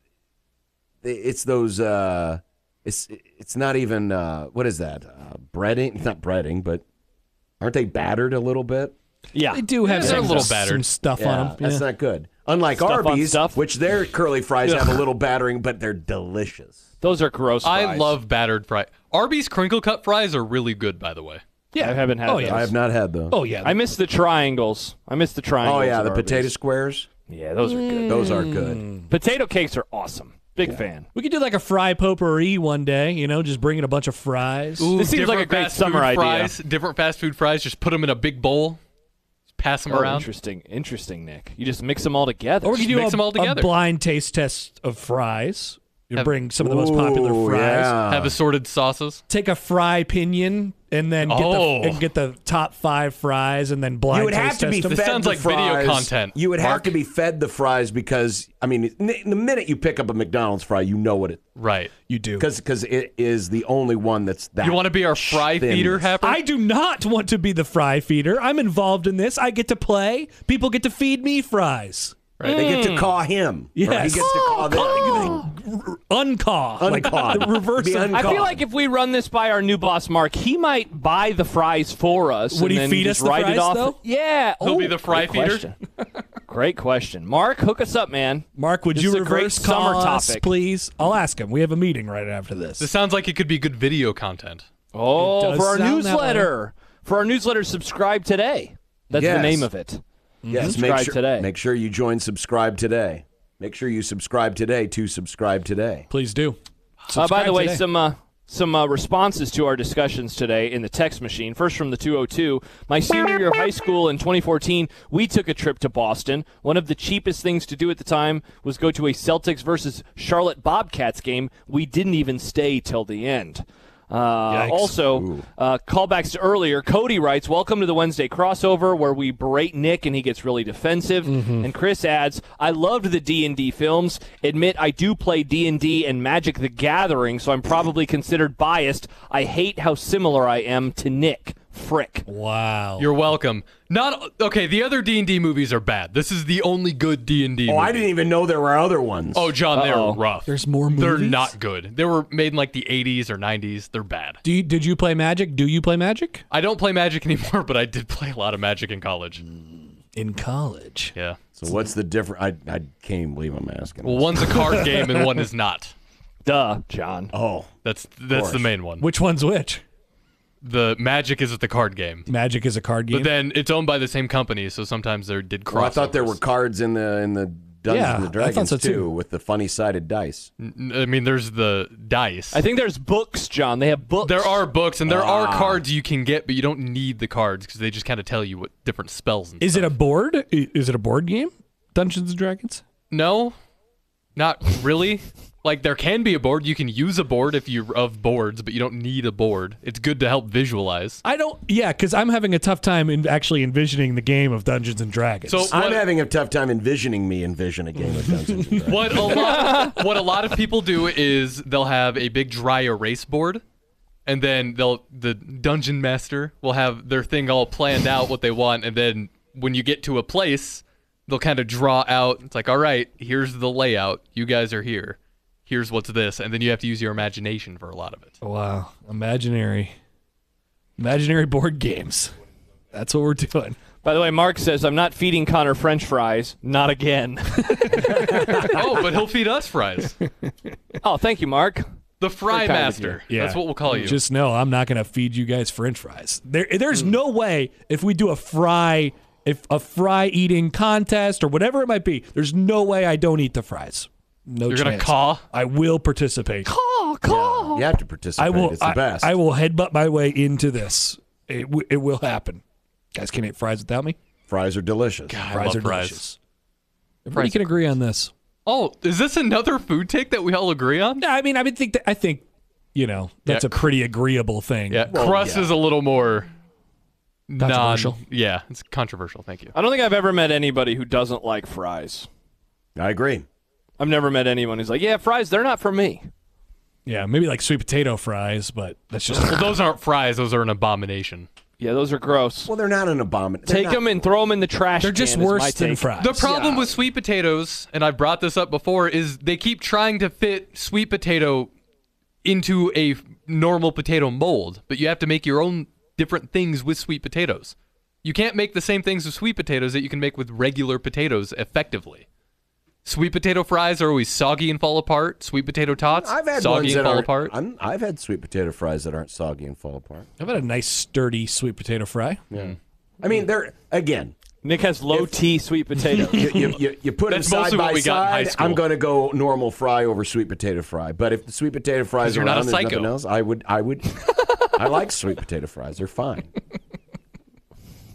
Speaker 8: it's those. uh It's it's not even. uh What is that? Uh, breading? It's not breading, but aren't they battered a little bit?
Speaker 7: Yeah.
Speaker 6: They do have
Speaker 9: Yeah, they're a
Speaker 6: some,
Speaker 9: little
Speaker 6: some
Speaker 9: battered.
Speaker 6: stuff on them.
Speaker 8: That's not good. Unlike
Speaker 7: Stuff on
Speaker 8: Arby's,
Speaker 7: stuff.
Speaker 8: which their curly fries have a little battering, but they're delicious.
Speaker 7: Those are gross.
Speaker 9: I
Speaker 7: fries.
Speaker 9: love battered fries. Arby's crinkle cut fries are really good, by the way.
Speaker 7: Yeah, I haven't had.
Speaker 6: Oh,
Speaker 7: those.
Speaker 6: yeah.
Speaker 8: I have not had those.
Speaker 6: Oh yeah,
Speaker 7: I miss the triangles. I miss the
Speaker 8: Oh,
Speaker 7: triangles.
Speaker 8: yeah,
Speaker 7: at
Speaker 8: the
Speaker 7: Arby's. Mm,
Speaker 8: potato squares.
Speaker 7: Yeah, those are good.
Speaker 8: Those are good.
Speaker 7: Potato cakes are awesome. Big fan.
Speaker 6: we could do like a fry potpourri one day. You know, just bring in a bunch of fries.
Speaker 7: This seems like a
Speaker 9: Different
Speaker 7: great
Speaker 9: fast
Speaker 7: summer
Speaker 9: food
Speaker 7: idea.
Speaker 9: fries, Different fast food fries. Just put them in a big bowl. Just pass them
Speaker 7: Oh,
Speaker 9: around.
Speaker 7: interesting, interesting, Nick. You just mix them all together.
Speaker 6: or we could do
Speaker 9: mix
Speaker 6: a,
Speaker 9: them all
Speaker 6: a
Speaker 9: together.
Speaker 6: blind taste test of fries. You bring some of the most popular
Speaker 8: Ooh,
Speaker 6: fries.
Speaker 8: yeah.
Speaker 9: Have assorted sauces.
Speaker 6: Take a fry pinion and then get,
Speaker 9: Oh.
Speaker 6: the, and get the top five fries and then blind
Speaker 8: You would have
Speaker 6: taste
Speaker 8: to
Speaker 6: test
Speaker 8: be
Speaker 6: them.
Speaker 8: fed
Speaker 9: This sounds
Speaker 8: the
Speaker 9: like video
Speaker 8: fries.
Speaker 9: content,
Speaker 8: You would have
Speaker 9: Mark.
Speaker 8: to be fed the fries because I mean, n- the minute you pick up a McDonald's fry, you know what it
Speaker 9: Right.
Speaker 6: You do.
Speaker 8: because because it is the only one that's that.
Speaker 9: You want to be our fry
Speaker 8: thin.
Speaker 9: feeder happer?
Speaker 6: I do not want to be the fry feeder. I'm involved in this. I get to play. People get to feed me fries.
Speaker 8: They get to call him. or he
Speaker 6: Yes.
Speaker 8: gets to call them.
Speaker 6: Uncaw.
Speaker 8: Uncaught.
Speaker 6: Like the reverse
Speaker 8: Be
Speaker 6: of
Speaker 8: uncaught.
Speaker 7: I feel like if we run this by our new boss, Mark, he might buy the fries for us.
Speaker 6: Would
Speaker 7: and
Speaker 6: he
Speaker 7: then
Speaker 6: feed
Speaker 7: just
Speaker 6: us the
Speaker 7: write
Speaker 6: fries,
Speaker 7: it off.
Speaker 6: though?
Speaker 7: Yeah,
Speaker 9: He'll be
Speaker 7: Oh,
Speaker 9: the fry
Speaker 7: great
Speaker 9: feeder?
Speaker 7: question. great question, Mark. Hook us up, man.
Speaker 6: Mark, would
Speaker 7: This
Speaker 6: you
Speaker 7: is a great
Speaker 6: reverse
Speaker 7: summer
Speaker 6: call us,
Speaker 7: topic.
Speaker 6: please? I'll ask him. We have a meeting right after this.
Speaker 9: This sounds like it could be good video content.
Speaker 7: Oh,
Speaker 6: does
Speaker 7: for our
Speaker 6: sound that
Speaker 7: newsletter. For our newsletter, subscribe today. That's
Speaker 8: Yes.
Speaker 7: the name of it.
Speaker 8: yes, make
Speaker 7: Subscribe
Speaker 8: sure,
Speaker 7: today.
Speaker 8: Make sure you join. Subscribe today. Make sure you subscribe today to subscribe today.
Speaker 6: Please do.
Speaker 7: Uh, by the
Speaker 6: Subscribe
Speaker 7: way,
Speaker 6: today.
Speaker 7: some uh, some uh, responses to our discussions today in the text machine. First from the 202. My senior year of high school in 2014, we took a trip to Boston. One of the cheapest things to do at the time was go to a Celtics versus Charlotte Bobcats game. We didn't even stay till the end. Uh, also, uh, callbacks to earlier. Cody writes, "Welcome to the Wednesday crossover, where we berate Nick and he gets really defensive."
Speaker 9: Mm-hmm.
Speaker 7: And Chris adds, "I loved the D and D films. Admit I do play D and D and Magic the Gathering, so I'm probably considered biased. I hate how similar I am to Nick. Frick.
Speaker 6: Wow.
Speaker 9: You're welcome. Not okay. The other D and D movies are bad. This is the only good D and D.
Speaker 8: Oh, I didn't even know there were other ones.
Speaker 9: Oh, John,
Speaker 7: Uh-oh.
Speaker 9: they're rough.
Speaker 6: There's more
Speaker 9: They're
Speaker 6: movies?
Speaker 9: not good. They were made in like the 80s or 90s. They're bad.
Speaker 6: do you, did you play Magic? Do you play Magic?
Speaker 9: I don't play Magic anymore, but I did play a lot of Magic in college.
Speaker 7: Mm.
Speaker 6: In college.
Speaker 9: Yeah.
Speaker 8: so what's the difference? I I can't believe I'm asking.
Speaker 9: Well, one's a card game and one is not.
Speaker 7: Duh, John.
Speaker 8: oh,
Speaker 9: That's that's the main one.
Speaker 6: Which one's which?
Speaker 9: The Magic is the card game,
Speaker 6: Magic is a card game.
Speaker 9: but then it's owned by the same company, so sometimes there did cross.
Speaker 8: well, Oh, I thought there were cards in the in the Dungeons
Speaker 6: Yeah, I
Speaker 8: and
Speaker 6: thought
Speaker 8: Dragons
Speaker 6: so, too.
Speaker 8: too, with the funny sided dice.
Speaker 9: I mean, there's the dice.
Speaker 7: I think there's books, John. They have books.
Speaker 9: there are books and there
Speaker 8: Ah.
Speaker 9: are cards you can get, but you don't need the cards because they just kind of tell you what different spells. And
Speaker 6: is it a board? I- Is it a board game? Dungeons and Dragons?
Speaker 9: No, not really. like there can be a board. You can use a board if you're of boards, but you don't need a board. It's good to help visualize.
Speaker 6: I don't. Yeah, because I'm having a tough time in actually envisioning the game of Dungeons and Dragons.
Speaker 9: So
Speaker 8: I'm
Speaker 9: what-
Speaker 8: having a tough time envisioning me envision a game of Dungeons and Dragons.
Speaker 9: What a lot what a lot of people do is they'll have a big dry erase board and then they'll the dungeon master will have their thing all planned out what they want and then when you get to a place they'll kind of draw out it's like all right here's the layout you guys are here here's what's this and then you have to use your imagination for a lot of it
Speaker 6: Wow, imaginary, imaginary board games. That's what we're doing.
Speaker 7: By the way, Mark says I'm not feeding Connor French fries. Not again.
Speaker 9: oh but he'll feed us fries
Speaker 7: oh, thank you, Mark.
Speaker 9: the fry
Speaker 7: kind of
Speaker 9: master that's what we'll call you
Speaker 6: Mm, Just know I'm not going to feed you guys French fries. There,
Speaker 8: Hmm.
Speaker 6: there's no way if we do a fry, if a fry eating contest or whatever it might be, there's no way I don't eat the fries. No,
Speaker 9: You're gonna
Speaker 6: chance.
Speaker 9: caw?
Speaker 6: I will participate.
Speaker 8: You have to participate.
Speaker 6: I will.
Speaker 8: it's the
Speaker 6: I,
Speaker 8: best.
Speaker 6: I will headbutt my way into this. It, w- it will happen. Guys can't eat fries without me.
Speaker 8: Fries are delicious.
Speaker 6: Fries
Speaker 9: love
Speaker 6: are
Speaker 9: fries.
Speaker 6: delicious. Everybody can agree on this.
Speaker 9: oh is this another food take that we all agree on
Speaker 6: No, I mean, I would think that, I think, you know, that's
Speaker 9: Yeah.
Speaker 6: a pretty agreeable thing.
Speaker 9: Yeah, crust is a little more non-
Speaker 6: Controversial.
Speaker 9: yeah, it's controversial. Thank you.
Speaker 7: I don't think I've ever met anybody who doesn't like fries.
Speaker 8: I agree.
Speaker 7: I've never met anyone who's like, yeah, fries, they're not for me.
Speaker 6: Yeah, maybe like sweet potato fries, but that's just
Speaker 9: Well, those aren't fries; those are an abomination.
Speaker 7: Yeah, those are gross.
Speaker 8: Well, they're not an abomination.
Speaker 7: Take them and throw them in the trash.
Speaker 6: they're just
Speaker 7: can is my
Speaker 6: worse than
Speaker 7: take.
Speaker 6: fries.
Speaker 9: The problem with sweet potatoes, and I've brought this up before, is they keep trying to fit sweet potato into a f- normal potato mold, but you have to make your own different things with sweet potatoes. You can't make the same things with sweet potatoes that you can make with regular potatoes effectively. Sweet potato fries are always soggy and fall apart. Sweet potato tots,
Speaker 8: I've had
Speaker 9: soggy
Speaker 8: ones
Speaker 9: and
Speaker 8: that
Speaker 9: fall
Speaker 8: are.
Speaker 9: apart.
Speaker 8: I'm, I've had sweet potato fries that aren't soggy and fall apart.
Speaker 6: How about a nice sturdy sweet potato fry?
Speaker 8: I mean, they're again.
Speaker 7: Nick has low T sweet potatoes.
Speaker 8: You, you, you, you put
Speaker 9: That's
Speaker 8: them side
Speaker 9: mostly what
Speaker 8: by
Speaker 9: we got in high
Speaker 8: side.
Speaker 9: school.
Speaker 8: I'm going to go normal fry over sweet potato fry. But if the sweet potato fries
Speaker 9: 'Cause
Speaker 8: are
Speaker 9: you're not
Speaker 8: around,
Speaker 9: a
Speaker 8: there's
Speaker 9: psycho.
Speaker 8: nothing else. I would. I would. I like sweet potato fries. They're fine.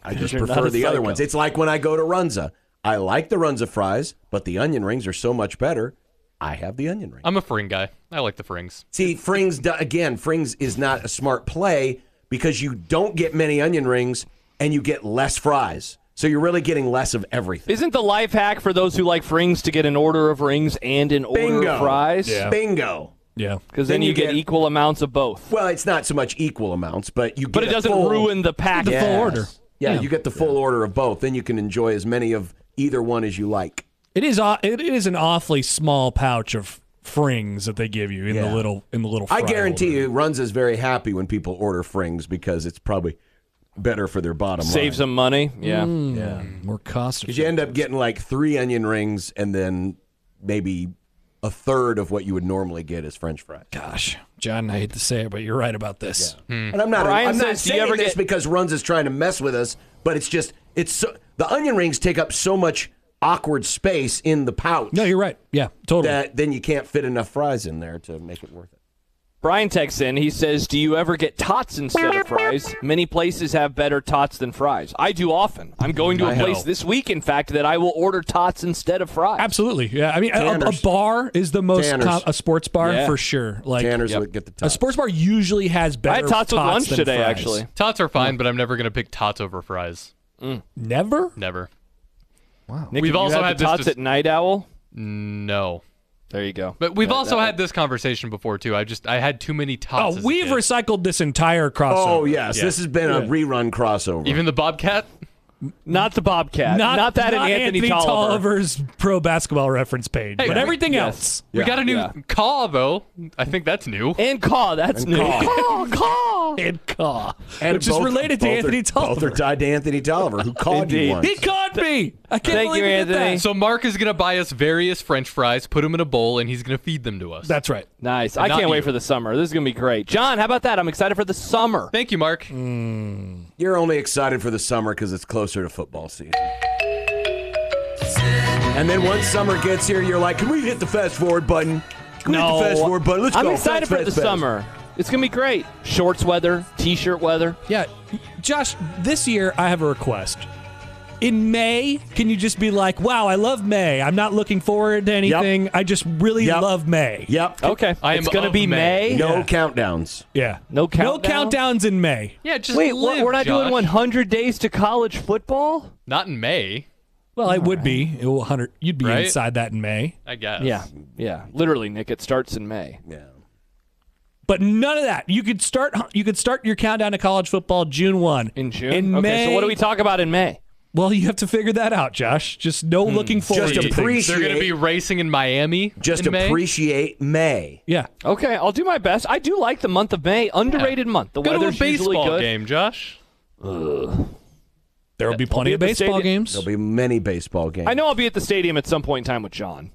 Speaker 8: I just
Speaker 7: you're not
Speaker 8: prefer
Speaker 7: a
Speaker 8: the other
Speaker 7: psycho.
Speaker 8: ones. It's like when I go to Runza. I like the Runza fries, but the onion rings are so much better. I have the onion ring.
Speaker 9: I'm a Fring guy. I like the Frings.
Speaker 8: See, Frings do- again. Frings is not a smart play because you don't get many onion rings and you get less fries. So you're really getting less of everything.
Speaker 7: Isn't the life hack for those who like frings to get an order of rings and an order
Speaker 8: Bingo.
Speaker 7: of fries?
Speaker 6: Yeah.
Speaker 8: Bingo.
Speaker 6: Yeah.
Speaker 7: Because then,
Speaker 8: Then
Speaker 7: you,
Speaker 8: you
Speaker 7: get,
Speaker 8: get-
Speaker 7: equal amounts of both.
Speaker 8: Well, it's not so much equal amounts, but you. Get
Speaker 7: But it
Speaker 8: a
Speaker 7: doesn't
Speaker 8: full-
Speaker 7: ruin the pack.
Speaker 6: The full order.
Speaker 8: Yeah,
Speaker 6: Yeah.
Speaker 8: you get the full order of both. Then you can enjoy as many of either one as you like.
Speaker 6: It is aw- it is an awfully small pouch of frings that they give you in the
Speaker 8: Yeah.
Speaker 6: little in the little.
Speaker 8: I
Speaker 6: fry
Speaker 8: guarantee
Speaker 6: holder.
Speaker 8: you, Runs is very happy when people order Frings because it's probably better for their bottom
Speaker 7: Save
Speaker 8: line.
Speaker 7: some money. Yeah.
Speaker 6: Yeah, more cost.
Speaker 8: Because you end up getting like three onion rings and then maybe a third of what you would normally get as French fries.
Speaker 6: Gosh, John, I hate to say it, but you're right about this.
Speaker 8: And I'm not.
Speaker 7: Hmm. Brian
Speaker 8: I'm not
Speaker 7: says, "Do you
Speaker 8: saying
Speaker 7: ever
Speaker 8: this
Speaker 7: get-"
Speaker 8: because Runs is trying to mess with us, but it's just it's so, the onion rings take up so much awkward space in the pouch
Speaker 6: No, you're right. Yeah, totally.
Speaker 8: that then you can't fit enough fries in there to make it worth it.
Speaker 7: Brian texts in. He says, "Do you ever get tots instead of fries? Many places have better tots than fries. I do often. I'm going to a place this week, in fact, that I will order tots instead of fries.
Speaker 6: Absolutely. Yeah. I mean, a- a, a
Speaker 8: Tanners.
Speaker 6: bar is the most
Speaker 8: Tanners.
Speaker 6: com- a sports bar
Speaker 7: Yeah.
Speaker 6: for sure. Like
Speaker 8: Tanners would get the top.
Speaker 6: a sports bar usually has better.
Speaker 7: I had tots with lunch
Speaker 6: than
Speaker 7: today,
Speaker 6: fries.
Speaker 7: actually.
Speaker 9: Tots are fine, but I'm never gonna pick tots over fries.
Speaker 6: Never.
Speaker 9: Never.
Speaker 7: Nick, have
Speaker 9: We've
Speaker 7: you
Speaker 9: also
Speaker 7: had
Speaker 9: had
Speaker 7: the
Speaker 9: this
Speaker 7: tots
Speaker 9: dis-
Speaker 7: at Night Owl.
Speaker 9: No.
Speaker 7: There you go.
Speaker 9: But we've also had this conversation before too. I just I had too many tots.
Speaker 6: Oh,
Speaker 9: as a
Speaker 6: we've
Speaker 9: kid.
Speaker 6: recycled this entire crossover.
Speaker 8: Oh yes,
Speaker 9: Yeah.
Speaker 8: this has been a rerun crossover.
Speaker 9: even the Bobcat.
Speaker 7: Not the Bobcat. Not, that
Speaker 6: not
Speaker 7: and Anthony, Tolliver.
Speaker 6: Tolliver's pro basketball reference page, but
Speaker 9: yeah.
Speaker 6: everything
Speaker 7: Yes.
Speaker 6: else.
Speaker 9: We got a new
Speaker 7: Yeah.
Speaker 9: Caw though. I think that's new.
Speaker 7: And Caw. That's new. Caw. Caw.
Speaker 6: And Caw,
Speaker 8: Oh. And
Speaker 6: which is
Speaker 8: both-
Speaker 6: related to
Speaker 8: both are-
Speaker 6: Anthony
Speaker 8: Both are
Speaker 6: Tolliver.
Speaker 8: tied to Anthony Tolliver, who called you
Speaker 7: Indeed.
Speaker 8: once.
Speaker 6: He caught me. I can't
Speaker 7: Thank
Speaker 6: believe
Speaker 7: you,
Speaker 6: he did that.
Speaker 7: Anthony.
Speaker 9: So Mark is gonna buy us various French fries, put them in a bowl, and he's gonna feed them to us.
Speaker 6: That's right.
Speaker 7: Nice. I
Speaker 9: not
Speaker 7: can't wait
Speaker 9: you.
Speaker 7: for the summer. This is gonna be great. John, how about that? I'm excited for the summer.
Speaker 9: Thank you, Mark.
Speaker 8: You're only excited for the summer because it's closer to football season. And then once summer gets here, you're like, can we hit the fast forward button? Can we hit the fast forward button? Let's
Speaker 7: I'm
Speaker 8: go.
Speaker 7: excited
Speaker 8: Fast,
Speaker 7: for
Speaker 8: fast,
Speaker 7: the
Speaker 8: fast."
Speaker 7: summer. It's gonna be great. Shorts weather, t-shirt weather.
Speaker 6: Yeah, Josh, this year I have a request. In May, can you just be like, "Wow, I love May. I'm not looking forward to anything. I just really
Speaker 8: Yep.
Speaker 6: love May."
Speaker 8: Yep.
Speaker 1: Oh,
Speaker 7: Okay.
Speaker 9: I am
Speaker 7: it's gonna
Speaker 9: of
Speaker 7: be May.
Speaker 9: May.
Speaker 8: No
Speaker 6: Yeah.
Speaker 8: countdowns.
Speaker 6: Yeah.
Speaker 7: No
Speaker 6: No
Speaker 7: countdown?
Speaker 6: countdowns in May.
Speaker 9: Yeah, just
Speaker 7: Wait,
Speaker 9: live,
Speaker 7: we're, we're not doing
Speaker 9: Josh.
Speaker 7: 100 days to college football?
Speaker 9: Not in May,
Speaker 6: Well, it would be it will hundred. You'd be
Speaker 9: Right?
Speaker 6: inside that in May,
Speaker 9: I guess.
Speaker 7: Yeah, yeah. Literally, Nick. It starts in May.
Speaker 8: Yeah.
Speaker 6: but none of that. You could start. You could start your countdown to college football June one
Speaker 7: In June.
Speaker 6: In
Speaker 7: okay.
Speaker 6: May,
Speaker 7: So what do we talk about in May?
Speaker 6: Well, you have to figure that out, Josh. Just no
Speaker 7: Hmm.
Speaker 6: looking forward.
Speaker 8: Just
Speaker 6: to things.
Speaker 8: appreciate.
Speaker 9: They're gonna be racing in Miami.
Speaker 8: Just
Speaker 9: in May.
Speaker 8: appreciate May.
Speaker 6: Yeah.
Speaker 7: Okay, I'll do my best. I do like the month of May. Underrated month. The
Speaker 9: Go to a
Speaker 7: weather's usually
Speaker 9: baseball
Speaker 7: good.
Speaker 9: game, Josh.
Speaker 6: There will be plenty
Speaker 7: be
Speaker 6: of
Speaker 7: at the
Speaker 6: baseball
Speaker 7: stadium.
Speaker 6: games.
Speaker 8: There'll be many baseball games.
Speaker 7: I know I'll be at the stadium at some point in time with John.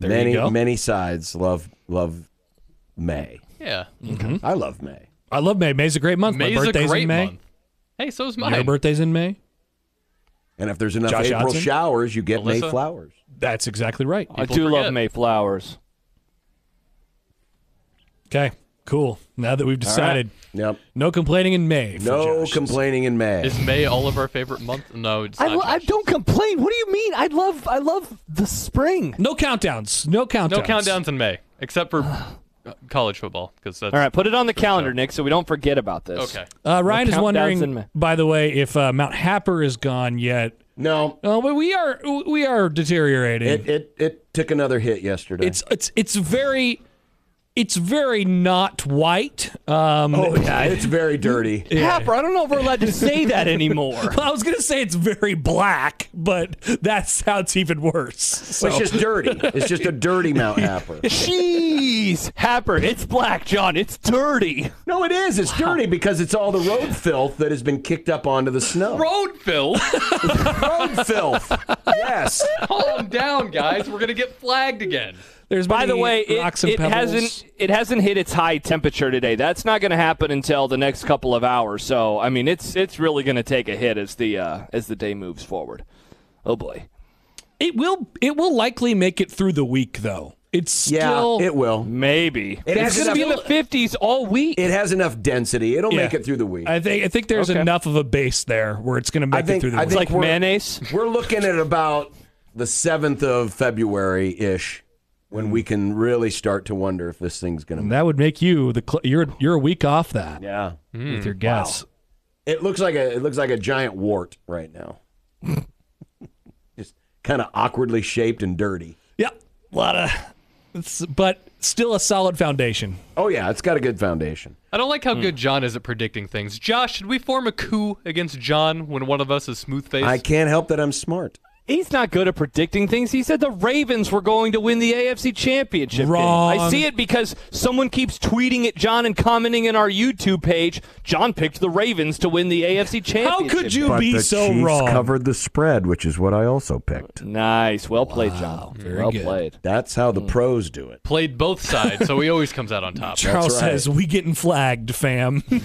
Speaker 8: many,
Speaker 6: go.
Speaker 8: many sides love love May.
Speaker 9: Yeah,
Speaker 8: I love May.
Speaker 6: I love May. May's a great month.
Speaker 9: May's
Speaker 6: My
Speaker 9: a
Speaker 6: birthday's
Speaker 9: great
Speaker 6: in May.
Speaker 9: month. Hey, so's mine.
Speaker 6: Your birthday's in May.
Speaker 8: And if there's enough
Speaker 6: Josh
Speaker 8: April
Speaker 6: Johnson?
Speaker 8: showers, you get May
Speaker 9: Melissa?
Speaker 8: flowers.
Speaker 6: That's exactly right.
Speaker 7: I
Speaker 9: People
Speaker 7: do love
Speaker 9: forget.
Speaker 7: May flowers.
Speaker 6: Okay. Cool. Now that we've decided,
Speaker 8: Yep.
Speaker 6: no complaining in May. for
Speaker 8: No
Speaker 6: Josh.
Speaker 8: complaining in May.
Speaker 9: Is May all of our favorite month? No, it's
Speaker 7: I,
Speaker 9: not.
Speaker 7: lo- I
Speaker 9: Josh.
Speaker 7: don't complain. What do you mean? I love I love the spring.
Speaker 6: No countdowns. No countdowns.
Speaker 9: No countdowns in May, except for uh, college football, because that's
Speaker 7: All right, put it on the calendar, Nick, so we don't forget about this.
Speaker 9: okay.
Speaker 6: Uh, Ryan
Speaker 7: No
Speaker 6: is
Speaker 7: countdowns in
Speaker 6: wondering,
Speaker 7: May.
Speaker 6: by the way, if uh, Mount Happer is gone yet.
Speaker 8: No.
Speaker 6: Oh, but we are we are deteriorating.
Speaker 8: It, it it took another hit yesterday.
Speaker 6: it's it's it's very, it's very not white. Um,
Speaker 8: oh yeah, it's very dirty.
Speaker 7: Happer, I don't know if we're allowed to say that anymore.
Speaker 6: I was gonna say it's very black, but that sounds even worse. So-
Speaker 8: It's just dirty. It's just a dirty Mount Happer.
Speaker 7: Jeez, Happer, it's black, John. It's dirty.
Speaker 8: No, it is. It's dirty because it's all the road filth that has been kicked up onto the snow.
Speaker 9: Road Phil,
Speaker 8: road filth. Yes.
Speaker 9: calm down, guys. We're gonna get flagged again.
Speaker 6: There's
Speaker 7: By the
Speaker 6: many
Speaker 7: way,
Speaker 6: rocks
Speaker 7: it,
Speaker 6: and
Speaker 7: it
Speaker 6: pebbles.
Speaker 7: hasn't it hasn't hit its high temperature today. That's not going to happen until the next couple of hours. So I mean, it's it's really going to take a hit as the uh, as the day moves forward. Oh boy.
Speaker 6: It will. It will likely make it through the week, though. It's
Speaker 8: Yeah,
Speaker 6: still.
Speaker 8: it will.
Speaker 7: Maybe.
Speaker 8: It
Speaker 7: it's
Speaker 8: has
Speaker 7: going to be in the
Speaker 8: enough-
Speaker 7: 50s all week.
Speaker 8: It has enough density. It'll
Speaker 6: Yeah.
Speaker 8: make it through the week.
Speaker 6: I think. I think there's
Speaker 7: Okay.
Speaker 6: enough of a base there where it's going to
Speaker 8: I
Speaker 6: make it
Speaker 8: think-
Speaker 6: through the
Speaker 8: I
Speaker 6: week.
Speaker 7: it's
Speaker 8: think
Speaker 7: like
Speaker 8: we're-
Speaker 7: mayonnaise.
Speaker 8: We're looking at about the 7th of February ish when we can really start to wonder if this thing's going to.
Speaker 6: That would make you the cl- you're you're a week off that
Speaker 8: Yeah,
Speaker 6: with your guess.
Speaker 8: it looks like a it looks like a giant wart right now. Just kind of awkwardly shaped and dirty.
Speaker 6: Yeah, a lot of, it's, but still a solid foundation.
Speaker 8: Oh yeah, it's got a good foundation.
Speaker 9: I don't like how good John is at predicting things. Josh, should we form a coup against John when one of us is smooth faced?
Speaker 8: I can't help that I'm smart.
Speaker 7: He's not good at predicting things. He said the Ravens were going to win the AFC Championship. game.
Speaker 6: Wrong.
Speaker 7: I see it because someone keeps tweeting at John and commenting in our YouTube page. John picked the Ravens to win the AFC Championship.
Speaker 6: How could you
Speaker 8: But
Speaker 6: be
Speaker 8: the
Speaker 6: so
Speaker 8: Chiefs
Speaker 6: wrong?
Speaker 8: covered the spread, which is what I also picked.
Speaker 7: Nice. Well played, John. Very well
Speaker 6: good.
Speaker 7: played.
Speaker 8: That's how the pros do it.
Speaker 9: Played both sides, so he always comes out on top.
Speaker 6: Charles
Speaker 8: right.
Speaker 6: says we getting flagged, fam.
Speaker 8: By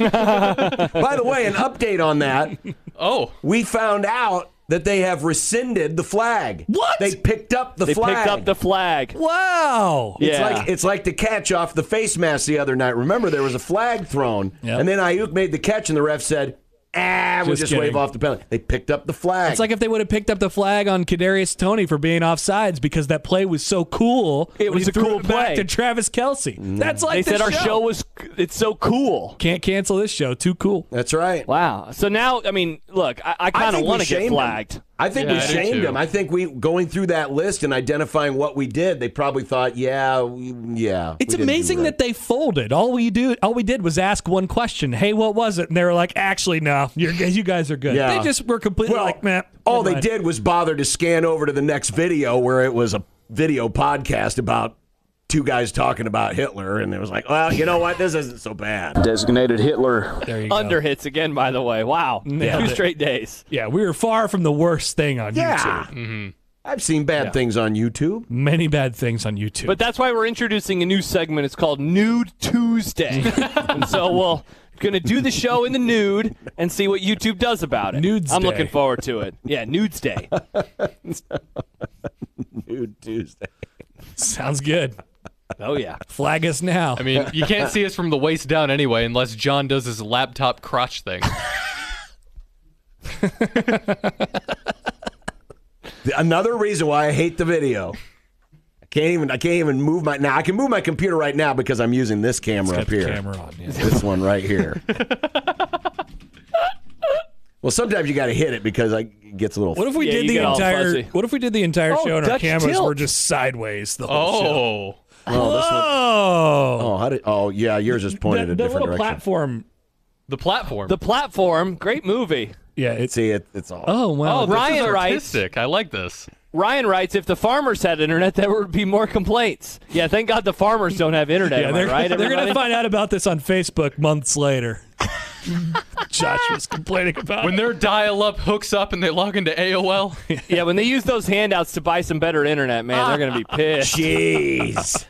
Speaker 8: the way, an update on that.
Speaker 9: Oh,
Speaker 8: We found out that they have rescinded the flag.
Speaker 6: What?
Speaker 8: They picked up the
Speaker 7: They
Speaker 8: flag.
Speaker 7: picked up the flag.
Speaker 6: wow.
Speaker 8: It's
Speaker 7: yeah.
Speaker 8: like it's like the catch off the face mask the other night. Remember, there was a flag thrown,
Speaker 6: Yep.
Speaker 8: and then Ayuk made the catch, and the ref said, "Ah, we'll
Speaker 6: Just
Speaker 8: just
Speaker 6: kidding.
Speaker 8: wave off the penalty." They picked up the flag.
Speaker 6: It's like if they would have picked up the flag on Kadarius Tony for being offsides because that play was so cool.
Speaker 7: It
Speaker 6: when
Speaker 7: was
Speaker 6: he
Speaker 7: a
Speaker 6: threw
Speaker 7: cool
Speaker 6: it back
Speaker 7: play.
Speaker 6: to Travis Kelsey. That's
Speaker 7: they
Speaker 6: like
Speaker 7: said
Speaker 6: this
Speaker 7: our show was it's so cool.
Speaker 6: can't cancel this show. Too cool.
Speaker 8: that's right.
Speaker 7: Wow. So now, I mean, look, I, I kind of
Speaker 8: think we
Speaker 7: want to get
Speaker 8: shamed 'em.
Speaker 7: flagged.
Speaker 8: I think
Speaker 9: Yeah,
Speaker 8: we
Speaker 9: I do
Speaker 8: shamed
Speaker 9: too.
Speaker 8: them. I think we going through that list and identifying what we did. They probably thought, "Yeah, we, yeah."
Speaker 6: It's amazing that they folded. All we do, all we did was ask one question. Hey, what was it? And they were like, actually, no. You're, g- you guys are good.
Speaker 8: Yeah.
Speaker 6: They just were completely
Speaker 8: well,
Speaker 6: like, man.
Speaker 8: all they did was bother to scan over to the next video where it was a video podcast about two guys talking about Hitler, and it was like, "Well, you know what? This isn't so bad."
Speaker 3: Designated Hitler.
Speaker 6: There you go.
Speaker 7: Under hits again, by the way. Wow.
Speaker 6: Nailed
Speaker 7: Two
Speaker 6: it.
Speaker 7: straight days.
Speaker 6: Yeah, we were far from the worst thing on
Speaker 8: Yeah.
Speaker 6: YouTube.
Speaker 8: I've seen bad things on YouTube.
Speaker 6: Many bad things on YouTube.
Speaker 7: But that's why we're introducing a new segment. It's called Nude Tuesday. and so we'll going to do the show in the nude and see what YouTube does about it.
Speaker 6: Nudes
Speaker 7: I'm
Speaker 6: Day.
Speaker 7: looking forward to it. Yeah, Nudes Day.
Speaker 8: Dude, Tuesday.
Speaker 6: Sounds good.
Speaker 7: Oh yeah.
Speaker 6: Flag us now.
Speaker 9: I mean, you can't see us from the waist down anyway, unless John does his laptop crotch thing.
Speaker 8: Another reason why I hate the video. I can't even. I can't even move my. Now I can move my computer right now because I'm using this camera up
Speaker 6: the
Speaker 8: here.
Speaker 6: camera on. Yeah.
Speaker 8: This one right here. well, sometimes you got to hit it because like, it gets a little.
Speaker 6: What if we
Speaker 7: Yeah,
Speaker 6: did
Speaker 7: you
Speaker 6: the
Speaker 7: get all
Speaker 6: entire?
Speaker 7: fuzzy.
Speaker 6: What if we did the entire
Speaker 7: Oh,
Speaker 6: show and our
Speaker 7: Dutch
Speaker 6: cameras
Speaker 7: tilt.
Speaker 6: were just sideways the whole show?
Speaker 9: Oh,
Speaker 8: oh, this one.
Speaker 6: Oh,
Speaker 8: Oh, how did? Oh, yeah, yours is pointed
Speaker 6: that, that
Speaker 8: a different
Speaker 6: little
Speaker 8: direction.
Speaker 6: platform.
Speaker 9: the platform.
Speaker 7: The platform, great movie.
Speaker 6: Yeah, it's.
Speaker 8: See, it, it's all.
Speaker 6: Oh
Speaker 9: oh,
Speaker 6: wow.
Speaker 9: this
Speaker 7: Ryan
Speaker 9: is
Speaker 7: writes-
Speaker 9: artistic. I like this.
Speaker 7: Ryan writes, if the farmers had internet, there would be more complaints. Yeah, thank God the farmers don't have internet,
Speaker 6: yeah,
Speaker 7: am I
Speaker 6: they're,
Speaker 7: right?
Speaker 6: they're gonna
Speaker 7: everybody?
Speaker 6: find out about this on Facebook months later. Josh was complaining about
Speaker 9: When
Speaker 6: it.
Speaker 9: their dial-up hooks up and they log into AOL,
Speaker 7: yeah, when they use those handouts to buy some better internet, man, they're
Speaker 6: Ah,
Speaker 7: gonna be pissed.
Speaker 8: Jeez.